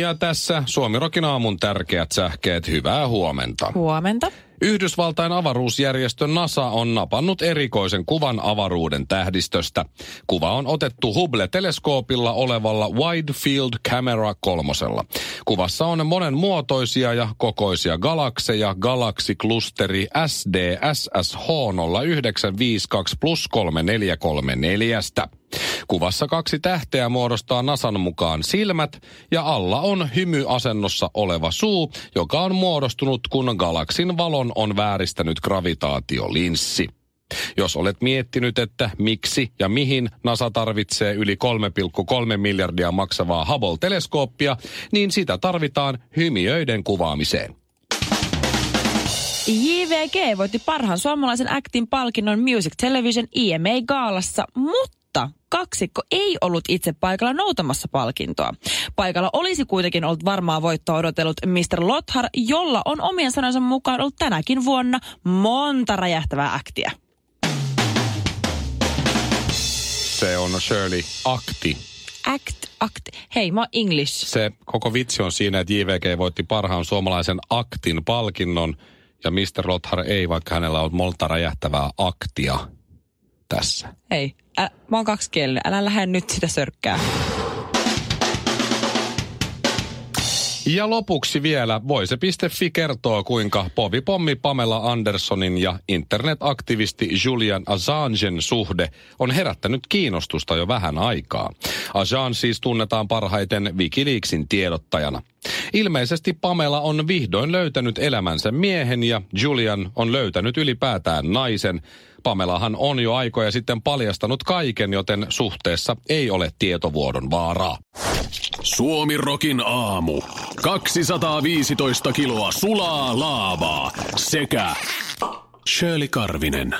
Ja tässä Suomirokin aamun tärkeät sähkeet. Hyvää huomenta. Huomenta. Yhdysvaltain avaruusjärjestö NASA on napannut erikoisen kuvan avaruuden tähdistöstä. Kuva on otettu Hubble-teleskoopilla olevalla Wide Field Camera kolmosella. Kuvassa on monen muotoisia ja kokoisia galakseja galaksiklusteri SDSSH0952 plus 3434. Kuvassa kaksi tähteä muodostaa Nasan mukaan silmät ja alla on hymyasennossa oleva suu, joka on muodostunut kun galaksin valon on vääristänyt gravitaatiolinssi. Jos olet miettinyt, että miksi ja mihin NASA tarvitsee yli 3,3 miljardia maksavaa Hubble-teleskooppia, niin sitä tarvitaan hymiöiden kuvaamiseen. JVG voitti parhaan suomalaisen actin palkinnon Music Television E IMA-gaalassa, mutta kaksikko ei ollut itse paikalla noutamassa palkintoa. Paikalla olisi kuitenkin ollut varmaa voittoa odotellut Mr. Lothar, jolla on omien sanansa mukaan ollut tänäkin vuonna monta räjähtävää aktia. Se on Shirley Akti. Act, act. Hei, mä oon English. Se koko vitsi on siinä, että JVG voitti parhaan suomalaisen aktin palkinnon ja Mr. Lothar ei, vaikka hänellä on monta räjähtävää aktia tässä. Hei, ä, mä oon kaksikielinen. Älä lähde nyt sitä sörkkää. Ja lopuksi vielä voise.fi kertoo, kuinka povipommi Pamela Andersonin ja internetaktivisti Julian Assangen suhde on herättänyt kiinnostusta jo vähän aikaa. Assange siis tunnetaan parhaiten Wikileaksin tiedottajana. Ilmeisesti Pamela on vihdoin löytänyt elämänsä miehen ja Julian on löytänyt ylipäätään naisen. Pamelahan on jo aikoja sitten paljastanut kaiken, joten suhteessa ei ole tietovuodon vaaraa. Suomi Rokin aamu. 215 kiloa sulaa laavaa sekä Shirley Karvinen.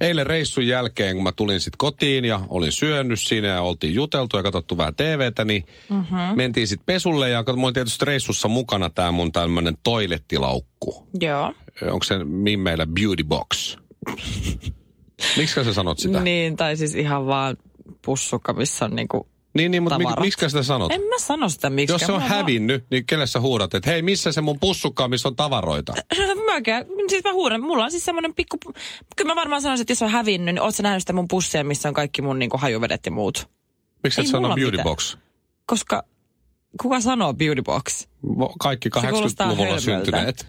Eilen reissun jälkeen, kun mä tulin sitten kotiin ja olin syönyt siinä ja oltiin juteltu ja katsottu vähän TVtä, niin mm-hmm. mentiin sitten pesulle ja kat- mulla oli tietysti reissussa mukana tämä mun tämmöinen toilettilaukku. Joo. Onko se mimmeillä beauty box? Miksi sä sanot sitä? Niin, Niin, tai siis ihan vaan pussukka, missä on niinku... niin, niin mutta mik, tavarat. miksi sitä sanot? En mä sano sitä miksi. Jos se on hävinnyt, niin kelle sä huudat, että hei, missä se mun pussukka on, missä on tavaroita? Mäkään, siis mä huudan, mulla on siis semmoinen pikku... Kyllä mä varmaan sanoisin, että jos se on hävinnyt, niin oot sä nähnyt sitä mun pussia, missä on kaikki mun niinku hajuvedet ja muut. Miksi et Ei sano mulla beauty mitään. box? Koska kuka sanoo beauty box? Vo- Kaikki kuulostaa 80-luvulla hölmöltä. syntyneet.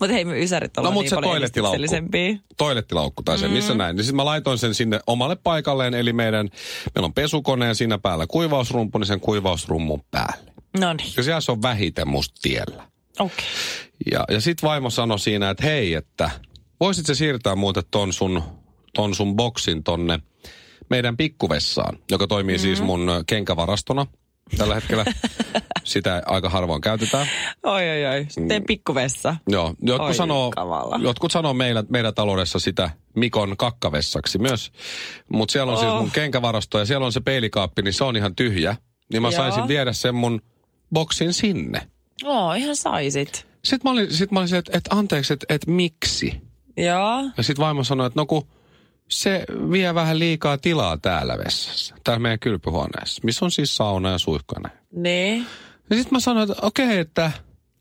Mutta hei, me ysärit ollaan No, mut niin se paljon toilettilaukku. edistyksellisempiä. toilettilaukku tai se, missä näin. Niin sitten mä laitoin sen sinne omalle paikalleen, eli meidän, meillä on pesukoneen siinä päällä kuivausrumpu, niin sen kuivausrummun päälle. No niin, Ja siellä se on vähiten musta tiellä. okei. Ja, ja sitten vaimo sanoi siinä, että hei, että voisit se siirtää muuten ton sun, ton sun boksin tonne meidän pikkuvessaan, joka toimii siis mun ö, kenkävarastona tällä hetkellä. Sitä aika harvoin käytetään. Oi, oi, oi. Mm. Sitten pikkuvessa. Joo, jotkut, Oi, sanoo, kamala. jotkut sanoo meillä, meidän taloudessa sitä Mikon kakkavessaksi myös. Mutta siellä on oh. siis Oh. mun kenkävarasto ja siellä on se peilikaappi, niin se on ihan tyhjä. Niin mä Joo. Joo. saisin viedä sen mun boksin sinne. Oo, ihan saisit. Sitten mä olin, sit mä olin että et, anteeksi, että et, miksi? Joo. Ja sitten vaimo sanoi, että no kun se vie vähän liikaa tilaa täällä vessassa, täällä meidän kylpyhuoneessa, missä on siis sauna ja suihkane. Niin. Ja sitten mä sanoin, että okei, että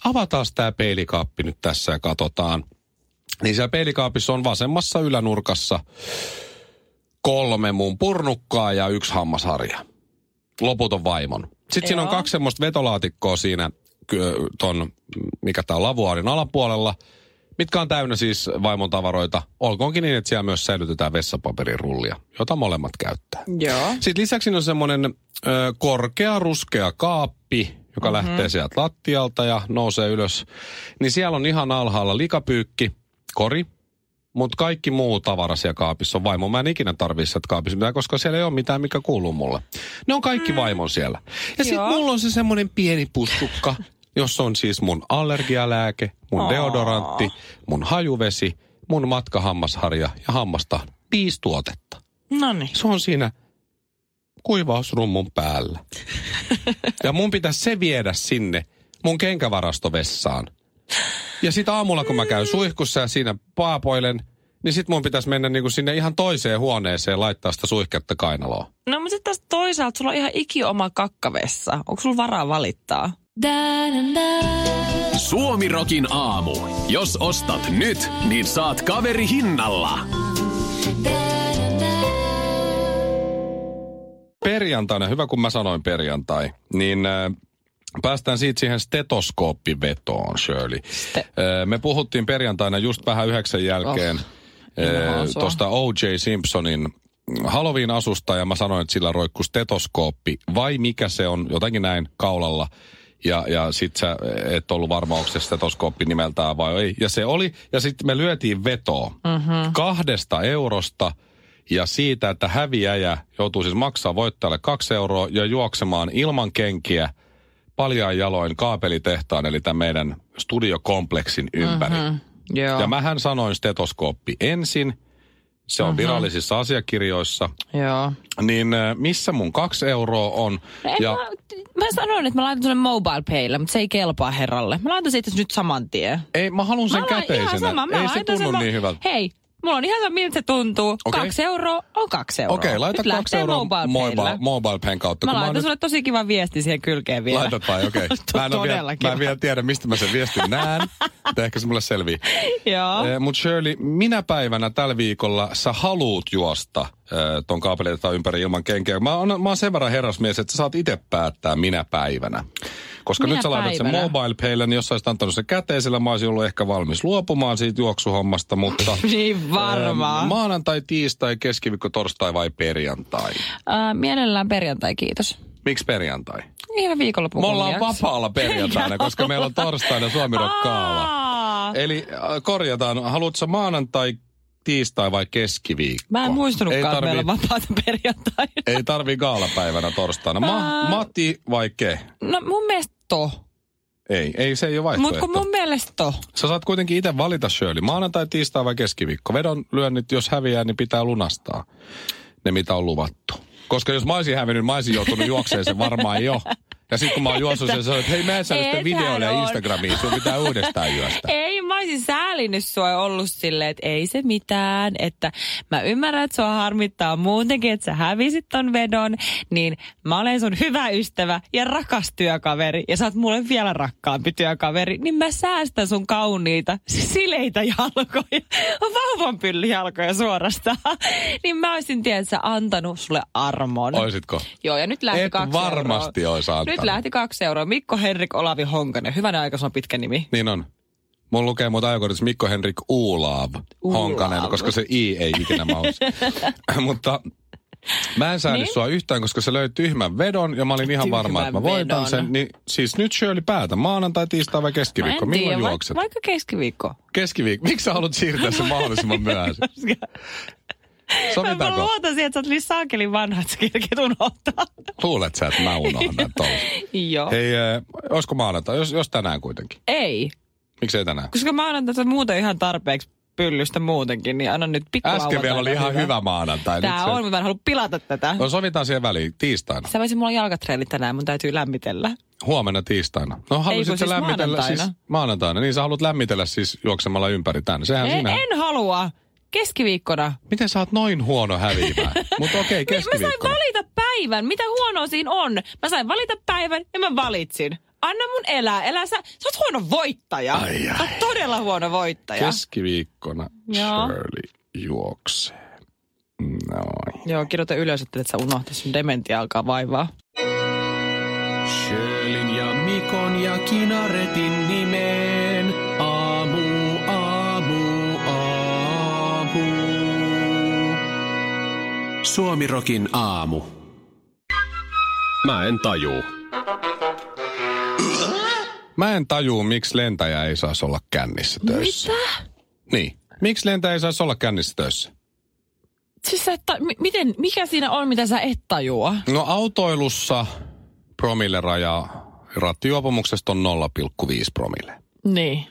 avataan tämä peilikaappi nyt tässä ja katsotaan. Niin siellä peilikaapissa on vasemmassa ylänurkassa kolme mun purnukkaa ja yksi hammasharja. Loput on vaimon. Sitten Joo. siinä on Joo. kaksi semmoista vetolaatikkoa siinä ky- ton, mikä tää on, lavuaarin alapuolella, mitkä on täynnä siis vaimon tavaroita. Olkoonkin niin, että siellä myös säilytetään vessapaperirullia, jota molemmat käyttää. Joo. Sitten lisäksi siinä on semmoinen ö, korkea ruskea kaappi, Mhm. joka mm-hmm. lähtee sieltä lattialta ja nousee ylös. Niin siellä on ihan alhaalla likapyykki, kori, mutta kaikki muu tavara siellä kaapissa on vaimo. Mä en ikinä tarvii sieltä kaapissa mitään, koska siellä ei ole mitään, mikä kuuluu mulle. Ne on kaikki vaimon siellä. Ja sitten Mm. Joo. mulla on se semmoinen pieni pussukka, jossa on siis mun allergialääke, mun deodorantti, mun hajuvesi, mun matkahammasharja ja hammastahna. Viisi tuotetta. No niin. Se on siinä kuivausrummun päällä. Ja mun pitäisi se viedä sinne mun kenkävarastovessaan. Ja sit aamulla, kun mä käyn suihkussa ja siinä paapoilen, niin sit mun pitäisi mennä niinku sinne ihan toiseen huoneeseen laittaa sitä suihketta kainaloon. No mutta sitten taas toisaalta sulla on ihan iki oma kakkavessa. Onko sulla varaa valittaa? Suomirokin aamu. Jos ostat nyt, niin saat kaveri hinnalla. Perjantaina, hyvä kun mä sanoin perjantai, niin äh, päästään siitä siihen stetoskooppivetoon, Shirley. Ste- Äh, me puhuttiin perjantaina just vähän yhdeksän jälkeen Oh. äh, Inhoan sua. tuosta O.J. Simpsonin Halloween-asusta ja mä sanoin, että sillä roikkuu stetoskooppi vai mikä se on, jotenkin näin kaulalla. Ja, ja sit sä et ollut varma, onko se stetoskooppi nimeltään vai ei. Ja se oli, ja sitten me lyötiin vetoa mm-hmm. kahdesta eurosta ja siitä, että häviäjä joutuu siis maksaa voittajalle kaksi euroa ja juoksemaan ilman kenkiä paljaan jaloin kaapelitehtaan, eli tämän meidän studiokompleksin ympäri. Mm-hmm. Joo. Ja mähän sanoin stetoskooppi ensin, se on Mhm. mm-hmm. virallisissa asiakirjoissa, Joo. niin äh, missä mun kaksi euroa on? No En ja... mä, mä sanoin, että mä laitan sulle mobile paylle, mutta se ei kelpaa herralle. Mä laitan siitä nyt saman tien. ei, mä haluan sen mä laitan käteisenä. Ihan sama. Mä ei se laitan tunnu sen, mo- niin hyvältä. Hei, mulla on ihan sama, miltä se tuntuu. Okei. Okay. Kaksi euroa on kaksi euroa. Okei, okay, laita nyt kaksi lähtee euroa mobile mobile, paylla. mobile payn kautta. Mä kun laitan oon sulle tosi kiva viesti siihen kylkeen vielä. Laitat vai, okei. Mä, en oo vielä, Todellakin. mä en vielä tiedä, mistä mä sen viestin näen, mutta ehkä se mulle selvii. Joo. Mutta Eh, Shirley, minä päivänä tällä viikolla sä haluut juosta eh, ton kaapeleita ympäri ilman kenkeä? Mä oon, mä oon sen verran herrasmies, että sä saat itse päättää minä päivänä. Koska Minä nyt sä laitat sen päivänä? mobile peille, niin jos sä olisit antanut sen käteisellä, mä olisin ollut ehkä valmis luopumaan siitä juoksuhommasta, mutta... Niin varmaan. eh, Maanantai, tiistai, keskiviikko, torstai vai perjantai? Äh, mielellään perjantai, kiitos. Miksi perjantai? Ihan viikonloppu Me ollaan kunniaksi. vapaalla perjantaina, koska meillä on torstaina Suomi Rock Gaala. Aa! Eli äh, korjataan, haluatko maanantai, tiistai vai keskiviikko? Mä en ei muistunutkaan, että meillä on tarvi, vapaata perjantaina. ei tarvi gaalapäivänä torstaina. Ma, Ää. Matti vai ke? No mun mielestä to. Ei, ei se ei ole Mut vaihtoehto. kun mun mielestä to. Sä saat kuitenkin itse valita Shirley, maanantai, tiistai vai keskiviikko. Vedon lyönnit, jos häviää, niin pitää lunastaa ne, mitä on luvattu. Koska jos mä olisin hävinnyt, mä olisin joutunut juokseen sen varmaan jo. Ja sitten kun mä oon juossut sen, sanoin, että hei mä en saa sitä Ethän videolle ja on. Instagramiin, sun pitää uudestaan juosta. Ei, mä olisin säälinyt sua ja ollut silleen, että ei se mitään. Että mä ymmärrän, että sua harmittaa muutenkin, että sä hävisit ton vedon. Niin mä olen sun hyvä ystävä ja rakas työkaveri. Ja sä oot mulle vielä rakkaampi työkaveri. Niin mä säästän sun kauniita sileitä jalkoja. Vauvan pyllijalkoja suorastaan. niin mä olisin, tiedätkö, antanut sulle armon. Oisitko? Joo, ja nyt lähti Et kaksi varmasti euroa. ois antanut. Nyt lähti kaksi euroa. Mikko Henrik Olavi Honkanen. Hyvänä aika, se on pitkä nimi. Niin on. Mulla lukee muuta ajokortissa Mikko Henrik Uulaav Uulaav. Honkanen, koska se I ei ikinä maus. Mutta mä en säädy Niin? sua yhtään, koska se löi tyhmän vedon ja mä olin ihan varma, Tyhmän että mä voitan vedon. sen. Niin, siis nyt Shirley päätä, maanantai, tiistai vai keskiviikko? Mä en Milloin tiedä, vaik- juokset? Vaikka keskiviikko. Keskiviikko. Miksi sä haluat siirtää sen mahdollisimman myöhään? Mä Sovitaanko? luotan siihen, että sä oot niin saakelin vanha, että sä kerkeet unohtaa. Luulet sä, että mä unohdan tuolla. Joo. Hei, äh, olisiko maanantai? Jos, jos tänään kuitenkin. Ei, Miksei tänään? koska mä annan tätä muuta ihan tarpeeksi pyllystä muutenkin, niin anna nyt pikku Äsken vielä oli ihan hyvä maanantai. Tää nyt se- on, mutta mä en halua pilata tätä. No sovitaan siihen väliin tiistaina. Sä voisit mulla on jalkatreenit tänään, mun täytyy lämmitellä. No Huomenna tiistaina. No haluaisit kun sä siis lämmitellä maanantaina. siis maanantaina. Niin sä haluat lämmitellä siis juoksemalla ympäri tänne. Sehän En, sinä. en halua. Keskiviikkona. Miten sä oot noin huono häviämään? Mutta okei, okay, Niin, Mä sain keskiviikkona. valita päivän. Mitä huonoa siinä on? Mä sain valita päivän ja mä valitsin. Anna mun elää. Elä sä. Sä oot huono voittaja. Ai, ai. Sä oot todella huono voittaja. Keskiviikkona Joo. Shirley juoksee. Noin. Joo, kirjoita ylös, että et sä unohtaa sun dementia alkaa vaivaa. Sjölin ja Mikon ja Kinaretin nimeen. Aamu, aamu, aamu. Suomirokin aamu. Mä en tajuu. Mä en tajuu, miksi lentäjä ei saisi olla kännissä töissä. Mitä? Niin. Miksi lentäjä ei saisi olla kännissä töissä? Siis sä et ta- m- miten, mikä siinä on, mitä sä et tajua? No autoilussa promilleraja rattijuopumuksesta on 0,5 promille. Niin.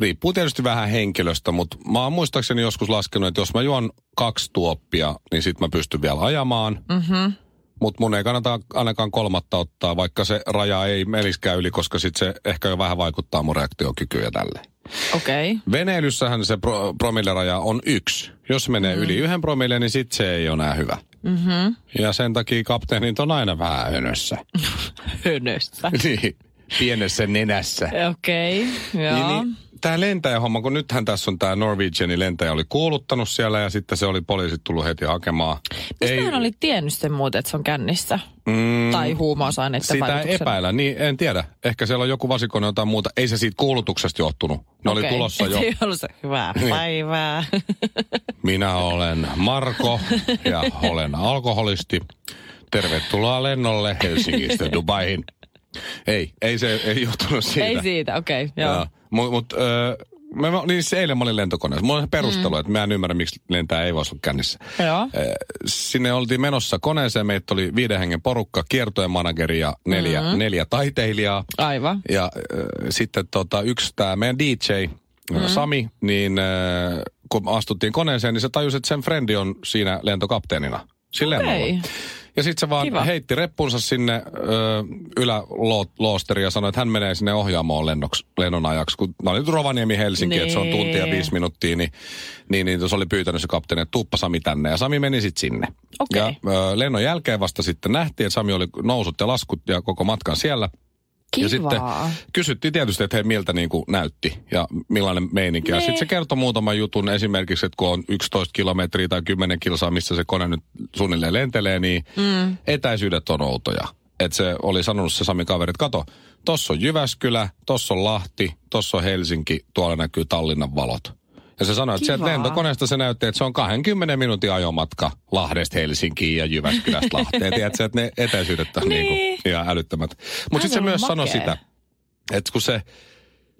Riippuu tietysti vähän henkilöstä, mutta mä oon muistaakseni joskus laskenut, että jos mä juon kaksi tuoppia, niin sit mä pystyn vielä ajamaan. Mm-hmm. Mutta mun ei kannata ainakaan kolmatta ottaa, vaikka se raja ei meniskään yli, koska sit se ehkä jo vähän vaikuttaa mun reaktiokykyyn ja tälleen. Okei. Okay. Veneilyssähän se pro, promilleraja on yksi. Jos menee mm. yli yhden promille, niin sit se ei ole enää hyvä. Mhm. Ja sen takia kapteenit on aina vähän hönössä. Hönöstä. niin, pienessä nenässä. Okei, okay. joo. Niin, niin, tämä lentäjähomma, kun nythän tässä on tämä Norwegianin lentäjä oli kuuluttanut siellä ja sitten se oli poliisit tullut heti hakemaan. Mistä hän oli tiennyt sen muuten, että se on kännissä? Mm, Tai huumausaineiden sitä vaikutuksena? epäillä, niin en tiedä. Ehkä siellä on joku vasikone jotain muuta. Ei se siitä kuulutuksesta johtunut. Ne okay. oli Okei. tulossa jo. Niin. Se ei ollut se hyvää päivää. Minä olen Marko ja olen alkoholisti. Tervetuloa lennolle Helsingistä Dubaihin. Ei, ei se ei johtunut siitä. ei siitä, okei, okay, joo. Mutta mut, ö, mä, mä- niin se eilen mä olin lentokoneessa. Mulla on ihan perustelu, mm. että mä en ymmärrä, miksi lentää ei voisi olla kännissä. Joo. Ö, Eh, Sinne oltiin menossa koneeseen. Meitä oli viiden hengen porukka, kiertojen manageri ja neljä, mm-hmm. neljä taiteilijaa. Aivan. Ja äh, sitten tota, yksi tämä meidän DJ, Mm-hmm. mm. Sami, niin äh, kun astuttiin koneeseen, niin se tajusi, että sen frendi on siinä lentokapteenina. Sillä Okei. lennolla. Ja sitten se vaan Kiva. Kiva. heitti reppunsa sinne äh, yläloosteriin ja sanoi, että hän menee sinne ohjaamoon lennoksi, lennon ajaksi. Kun mä olin nyt Rovaniemi Helsinki, niin. että se on tunti ja Niin. viisi minuuttia, niin, niin, niin se oli pyytänyt se kapteeni, että tuuppa Sami tänne. Ja Sami meni sitten sinne. Okei. Ja ö, lennon jälkeen vasta sitten nähtiin, että Sami oli nousut ja laskut ja koko matkan siellä. Kivaa. Ja sitten kysyttiin tietysti, että hei, miltä niin kuin näytti ja millainen meininki. Ja Niin. sitten se kertoi muutaman jutun esimerkiksi, että kun on 11 kilometriä tai 10 kilsaa, missä se kone nyt suunnilleen lentelee, niin mm. etäisyydet on outoja. Että se oli sanonut se Sami kaveri, että kato, tossa on Jyväskylä, tossa on Lahti, tossa on Helsinki, tuolla näkyy Tallinnan valot. Ja se sanoi, että sieltä Kivaa. lentokoneesta se näytti, että se on 20 minuutin ajomatka Lahdesta Helsinkiin ja Jyväskylästä Lahteen. Tiedätkö, että ne etäisyydet on niin. Niin. kuin ihan älyttömät. Mutta Aivan sitten se myös sanoi makea. sitä, että kun se,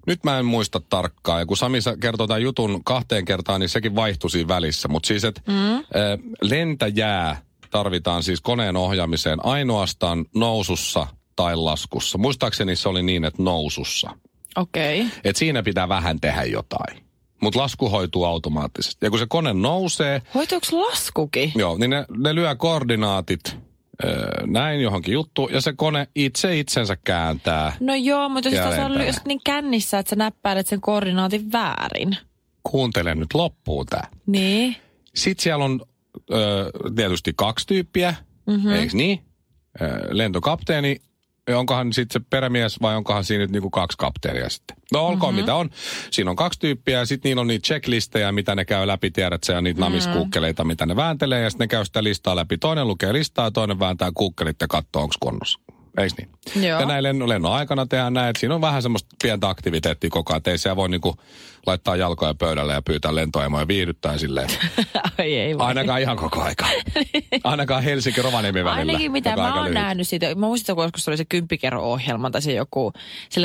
nyt mä en muista tarkkaan, ja kun Sami sa- kertoi tämän jutun kahteen kertaan, niin sekin vaihtui siinä välissä. Mutta siis, että mm. lentäjää tarvitaan siis koneen ohjaamiseen ainoastaan nousussa tai laskussa. Muistaakseni se oli niin, että nousussa. Okei. Okay. Että siinä pitää vähän tehdä jotain. Mutta lasku hoituu automaattisesti. Ja kun se kone nousee, Hoitoiko laskukin? Joo, niin ne, ne lyö koordinaatit öö, näin johonkin juttu ja se kone itse itsensä kääntää. No joo, mutta jos Ja tässä on lentää. just niin kännissä, että sä näppäilet sen koordinaatin väärin. Kuuntele nyt loppuun tää. Niin. Sitten siellä on öö, tietysti kaksi tyyppiä, mm-hmm. eikö niin? Öö, lentokapteeni, ja onkohan sitten se perämies vai onkohan siinä nyt niinku kaksi kapteenia sitten? No olkoon mm-hmm. mitä on. Siinä on kaksi tyyppiä ja sitten niillä on niitä checklistejä, mitä ne käy läpi, tiedät sä, ja niitä mm-hmm. namiskuukkeleita, mitä ne vääntelee ja sitten ne käy sitä listaa läpi. Toinen lukee listaa ja toinen vääntää kuukkelit ja katsoo, onko kunnossa. Eiks niin? Joo. Ja näin lennon, lennon aikana tehdään näin, että siinä on vähän semmoista pientä aktiviteettia koko ajan. Että ei siellä voi niinku laittaa jalkoja pöydälle ja pyytää lentoemoja viihdyttää silleen. Ai ei voi. Ainakaan ihan koko aika. Ainakaan Helsinki-Rovaniemi välillä. Ainakin mitä joka on mä aika oon lyhyt. nähnyt siitä. Mä muistan, kun joskus oli se kymppikerro-ohjelma tai se joku se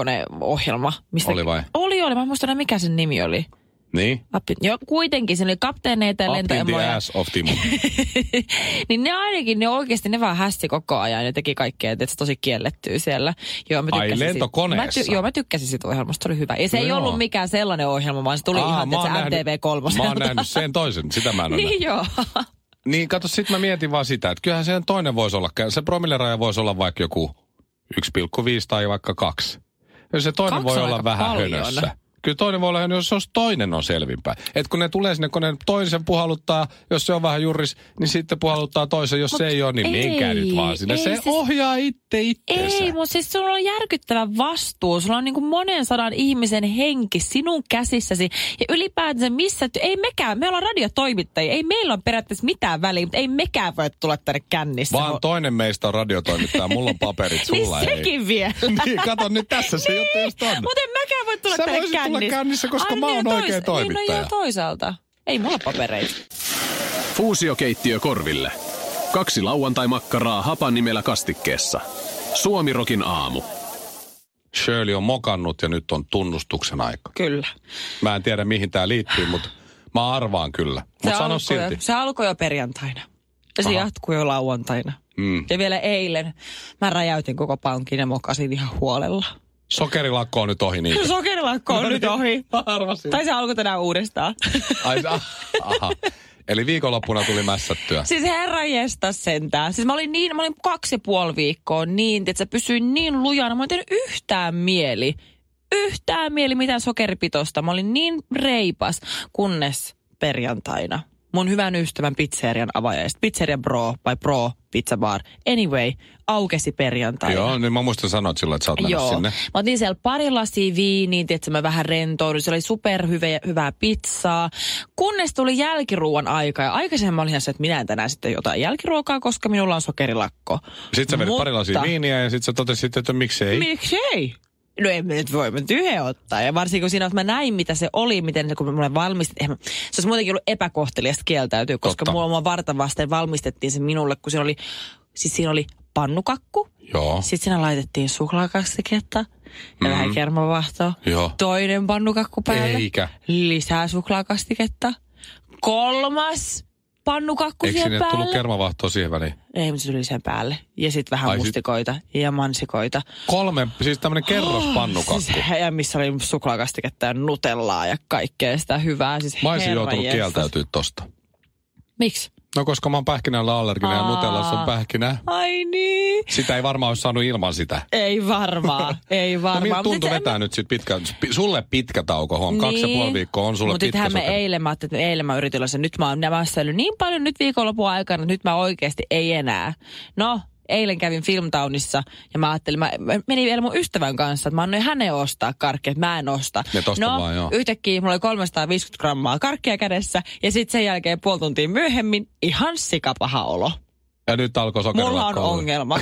lentokoneohjelma. Mistä Oli vai? Oli, oli. Mä en muista enää, mikä sen nimi oli. Niin? Appi. Jo, kuitenkin, se oli kapteeneita ja Up in the lentoemoja. ass of Timo. niin ne ainakin, ne oikeasti, ne vaan hässi koko ajan ja teki kaikkea, että se tosi kiellettyy siellä. Joo, mä Ai, tykkäsin siitä. lentokoneessa? Mä ty- joo, mä tykkäsin siitä ohjelmasta, se oli hyvä. Ja se ei Joo. ollut mikään sellainen ohjelma, vaan se tuli Aa, ihan mä oon se nähnyt- MTV3. Mä oon nähnyt sen toisen, sitä mä en ole Niin joo. Niin, kato, sit mä mietin vaan sitä, että kyllähän sen toinen voisi olla, se promilleraja voisi olla vaikka joku 1,5 tai vaikka 2. Ja se toinen Kaksi voi on olla aika vähän paljon. hönössä. Kyllä toinen voi olla hönössä, jos se olisi- toinen on selvinpäin. Et kun ne tulee sinne, kun ne toisen puhaluttaa, jos se on vähän juris, niin sitten puhaluttaa toisen, jos Mut se ei ole, niin ei, menkää nyt vaan sinne. ei se siis- siis... ohjaa itse itseensä. Ei, mutta siis sulla on järkyttävä vastuu. Sulla on niin kuin monen sadan ihmisen henki sinun käsissäsi. Ja ylipäätänsä missä, ty- ei mekään, me ollaan radiotoimittajia. Ei meillä on periaatteessa mitään väliä, mutta ei mekään voi tulla tänne kännissä. Vaan toinen meistä on radiotoimittaja, mulla on paperit, niin sulla ei. sekin vielä. niin, kato nyt tässä se juttu just on. Mutta Niin. en mäkään voi tulla Sä tänne voisit tulla kännissä. kännissä, koska Ai mä niin, oon tois- oikea Niin, no toimittaja. joo, toisaalta. Ei mulla papereita. Fuusiokeittiö korville. Kaksi lauantai-makkaraa hapan nimellä kastikkeessa. Suomirokin aamu. Shirley on mokannut ja nyt on tunnustuksen aika. Kyllä. Mä en tiedä, mihin tämä liittyy, mutta Mä arvaan kyllä, Se mutta sano alkoi, silti. Jo, se alkoi jo perjantaina. Ja se Aha. jatkui jo lauantaina. Mm. Ja vielä eilen mä räjäytin koko pankin ja mokasin ihan huolella. Sokerilakko on nyt ohi niin- niitä. Sokerilakko on niin- nyt ohi. Mä arvasin. Tai se alkoi tänään uudestaan. Ai, se- aha. Eli viikonloppuna tuli mässättyä. Siis herra jestas sentään. Siis mä olin, niin, mä olin kaksi ja puoli viikkoa niin, että se pysyi niin lujana. Mä en tehnyt yhtään mieli. Yhtään mieli mitään sokeripitosta. Mä olin niin reipas, kunnes perjantaina mun hyvän ystävän pizzerian avajaista, pizzeria Bro vai Pro Pizza Bar, anyway, aukesi perjantaina. Joo, niin mä muistan sanoa silloin, että sä oot mennyt Joo. sinne. Mä otin siellä pari lasia viiniä, että mä vähän rentouduin. Se oli superhyvää hyvää pizzaa. Kunnes tuli jälkiruuan aika. Ja aikaisemmin mä olin ihan se, että minä en tänään sitten jotain jälkiruokaa, koska minulla on sokerilakko. Sitten sä vedit Mutta- pari lasia viiniä ja sitten sä totesit, että miksei. Miksei? No en mä nyt voi mä nyt yhden ottaa. Ja varsinkin kun siinä, että mä näin, mitä se oli, miten se, kun mulle valmistettiin. Se olisi muutenkin ollut epäkohteliasta kieltäytyä, koska Totta. mulla oma varta vasten valmistettiin se minulle, kun siinä oli, siis siinä oli pannukakku, Joo. sitten siinä laitettiin suklaakastiketta ja vähän kermavahtoa. Mm-hmm. Joo. Toinen pannukakku päälle. Eikä. Lisää suklaakastiketta. Kolmas pannukakku Eikö siihen sinne tullut päälle. kermavahtoa siihen väliin? Ei, mutta se tuli sen päälle. Ja sitten vähän Ai, Ai sit- mustikoita ja mansikoita. Kolme, siis tämmönen kerrospannukakku. Siis, ja missä oli suklaakastiketta ja nutellaa ja kaikkea sitä hyvää. Siis Mä olisin herra joutunut jestas. kieltäytyä tosta. Miksi? No koska mä oon pähkinällä allerginen ja Aa. nutellassa on pähkinä. Ai niin. Sitä ei varmaan olisi saanut ilman sitä. Ei varmaan, ei No varmaan. miltä Mut tuntuu en mä- vetää nyt sit pitkä, pi- sulle pitkä tauko, huom. Kaksi ja puoli viikkoa on sulle Mutta pitkä itsehän me sokeri. eilen, Niin. mä ajattelin, että eilen mä yritin olla se, nyt mä oon nämässäillyt niin paljon nyt viikonlopun aikana, että nyt mä oikeasti ei enää. No, eilen kävin Filmtownissa ja mä ajattelin, mä mä menin vielä mun ystävän kanssa, että mä annoin hänen ostaa karkkeja, että mä en osta. Ne tosta no, vaan, joo. yhtäkkiä mulla oli 350 grammaa karkkia kädessä ja sitten sen jälkeen puoli tuntia myöhemmin ihan sikapaha olo. Ja nyt alkoi Mulla sokerilakko. on olla. ongelma.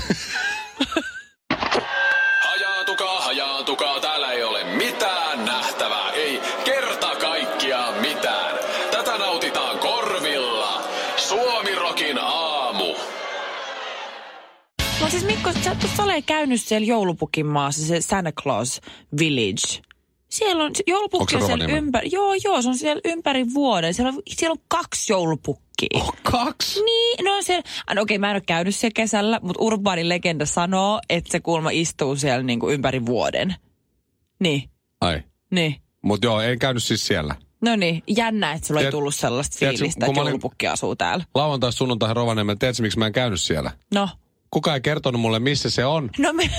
Hajaantukaa, hajaantukaa, täällä ei ole mitään nähtävää, ei kerta kaikkiaan mitään. Tätä nautitaan korvilla. Suomirokin aamu. Mutta siis Mikko, sä tuossa ole käynyt siellä joulupukin maassa, se Santa Claus Village. Siellä on, se Onko joulupukki se on siellä Rovaniemellä? ympäri, joo joo, se on siellä ympäri vuoden. Siellä on, siellä on kaksi joulupukkia. Oh, kaksi? Niin, no se, ah, no okei mä en ole käynyt siellä kesällä, mutta urbaani legenda sanoo, että se kuulma istuu siellä niinku ympäri vuoden. Niin, Ai. niin. Mut joo, en käynyt siis siellä. No niin, jännä, että sulla ei Tiedät- tullut sellaista tiedätkö, fiilistä, kun mä että olin- joulupukki asuu täällä. Lauantai, sunnuntai, Rovaniemellä. Tiedätkö, miksi mä en käynyt siellä? No, Kuka ei kertonut mulle, missä se on. no me...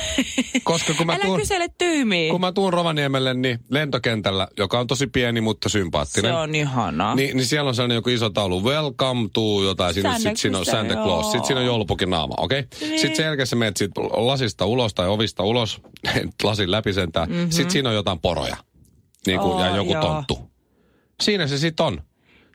Koska kun mä Älä tuun, kysele tyymiä. kun mä tuun Rovaniemelle, niin lentokentällä, joka on tosi pieni, mutta Se sympaattinen. on ihanaa. Niin, niin siellä on sellainen joku iso taulu, welcome to jotain, siinä, Santa- sit siinä on Santa joo. Claus, sitten siinä on joulupukin naama, okei? Okay? Niin. Sitten sen jälkeen sä menet sit lasista ulos tai ovista ulos, lasin läpi sentään, mm-hmm. sitten siinä on jotain poroja niin kuin, ja Oo, joku Mhm. joo. tonttu. Siinä se sitten on.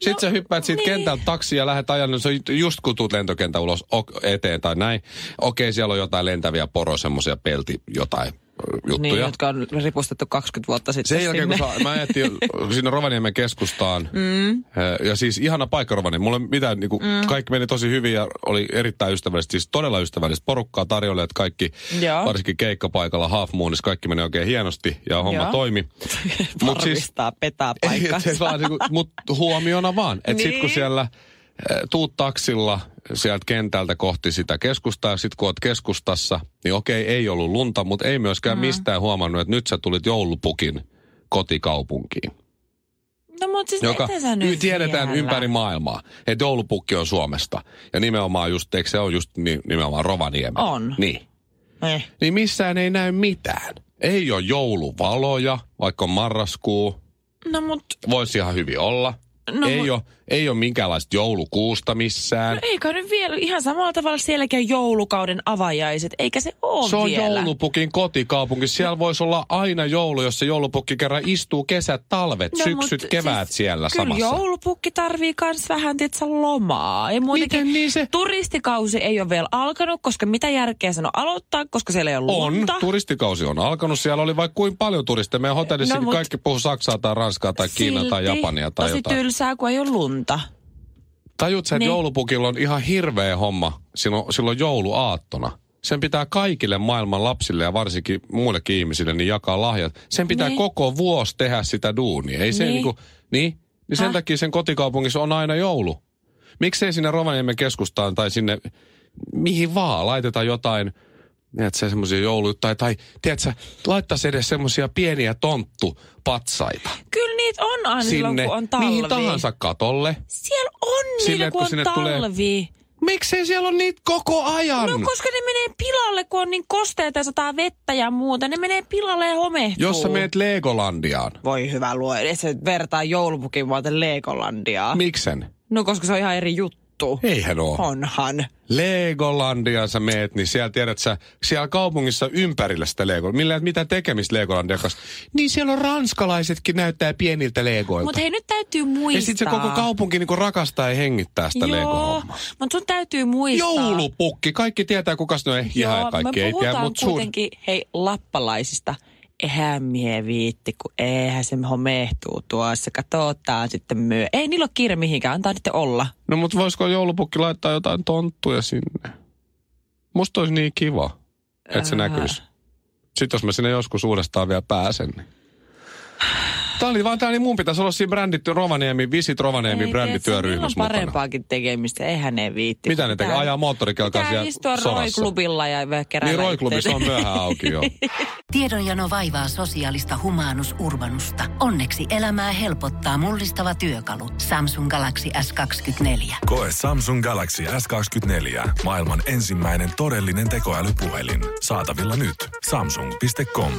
Sitten no, sä hyppäät siitä niin. niin. kentältä taksiin ja lähdet ajan, niin se on just kun tuut lentokentän ulos ok, eteen tai näin. Okei, siellä on jotain lentäviä poroja, semmoisia pelti jotain ö, juttuja. Niin, jotka on ripustettu 20 vuotta sitten Sen jälkeen, sinne. kun sä, mä ajettiin sinne Rovaniemen keskustaan, mm. ja siis ihana paikka Rovaniemi. Mulla ei mitään, niin kuin, mm. kaikki meni tosi hyvin ja oli erittäin ystävällistä, siis todella ystävällistä porukkaa tarjolle, että kaikki, Joo. varsinkin keikkapaikalla Half Moonissa, kaikki meni oikein hienosti ja homma Joo. toimi. Mut siis, Varmistaa, petaa ei, et paikkansa. se vaan, niin kuin, mut huomiona vaan, että sit kun Niin. siellä eh, tuut taksilla sieltä kentältä kohti sitä keskustaa, sit kun oot keskustassa, niin okei, ei ollut lunta, mutta ei myöskään mm. mistään huomannut, että nyt sä tulit joulupukin kotikaupunkiin, No mut siis joka ette sä y- nyt tiedetään vielä. ympäri maailmaa, että joulupukki on Suomesta. Ja nimenomaan just, eikö se on just ni- nimenomaan Rovaniemi? On. Niin. Eh. Niin missään ei näy mitään. Ei ole jouluvaloja, vaikka on marraskuu. No mut Voisi ihan hyvin olla. No, No, ei, mut- ole, ei ole minkäänlaista joulukuusta missään. eikä nyt vielä ihan samalla tavalla sielläkin on joulukauden avajaiset, eikä se oo se on No vielä. joulupukin kotikaupunki. Siellä voisi olla aina joulu, jos se joulupukki kerran istuu kesät, talvet, No, no, mut syksyt, kevät siis, siis, siellä kyllä samassa. joulupukki tarvii kans vähän tietysti lomaa. Ei muutenkin, Miten niin se- Turistikausi ei ole vielä alkanut, koska mitä järkeä sen on aloittaa, koska siellä ei ole On, lunta. turistikausi on alkanut. Siellä oli vaikka kuin paljon turisteja. Meidän hotellissakin No, no, mut- kaikki puhuu Saksaa tai Ranskaa tai Kiinaa tai Silti No Japania tai tosi jotain. tylsää, kun ei ole lunta. Tajut sä, että Niin. joulupukilla on ihan hirveä homma silloin, silloin jouluaattona. Sen pitää kaikille maailman lapsille ja varsinkin muillekin ihmisille niin jakaa lahjat. Sen pitää Niin. koko vuosi tehdä sitä duunia. Ei se Niin. niinku, niin, Niin sen Häh? takia sen kotikaupungissa on aina joulu. Miksei sinne Rovaniemen keskustaan tai sinne mihin vaan laiteta jotain, tiedätkö, semmoisia jouluja tai, tai tiedätkö, laittaisi edes semmoisia pieniä tonttupatsaita Kyllä niitä on aina silloin, sinne, kun on talvi. mihin tahansa katolle. Siellä on Sille, niillä, kun kun on sinne tulee- talvi. Miksei siellä ole niitä koko ajan? No koska ne menee pilalle, kun on niin kosteita ja sataa vettä ja muuta. Ne menee pilalle ja homehtuu. Jos sä meet Legolandiaan, Voi hyvä luo, edes se vertaa joulupukin vuoteen Legolandiaa. miksen? No koska se on ihan eri juttu. Eihän oo. Onhan. Legolandiaan sä meet, niin siellä tiedät sä, siellä kaupungissa ympärillä sitä Legolandia. Millä ei ole mitään tekemistä Legolandia kanssa. Niin siellä on ranskalaisetkin näyttää pieniltä Legoilta. Mutta hei, nyt täytyy muistaa. ja sitten se koko kaupunki niinku rakastaa ja hengittää sitä Joo, Lego-hommaa. mutta sun täytyy muistaa. Joulupukki. Kaikki tietää, kukas ne on. Eh, Joo, ihan kaikki me ei tiedä, puhutaan mutta sun. kuitenkin, hei, lappalaisista. Eihän mie viitti, kun eihän se homehtuu tuossa. Katsotaan sitten myö. Ei niillä ole kiire mihinkään, antaa niiden olla. No mut voisiko joulupukki laittaa jotain tonttuja sinne? Musta olisi niin kiva, että se Ää. näkyisi. Sitten jos mä sinne joskus uudestaan vielä pääsen. Niin. Tää oli vaan, tää oli mun pitäisi olla siinä bränditty Rovaniemi, Visit Rovaniemi Ei, tiedätkö, brändityöryhmässä niillä mukana. on parempaakin tekemistä, eihän ne viitti. Mitä ne tekee? Pitää- Ajaa moottorikelkaa Pitää siellä istua sorassa. roiklubilla ja keräillä Niin roiklubissa on itseäni. myöhään auki joo. Tiedonjano vaivaa sosiaalista humanus urbanusta. Onneksi elämää helpottaa mullistava työkalu. Samsung Galaxy S24. Koe Samsung Galaxy S24. Maailman ensimmäinen todellinen tekoälypuhelin. Saatavilla nyt. Samsung.com.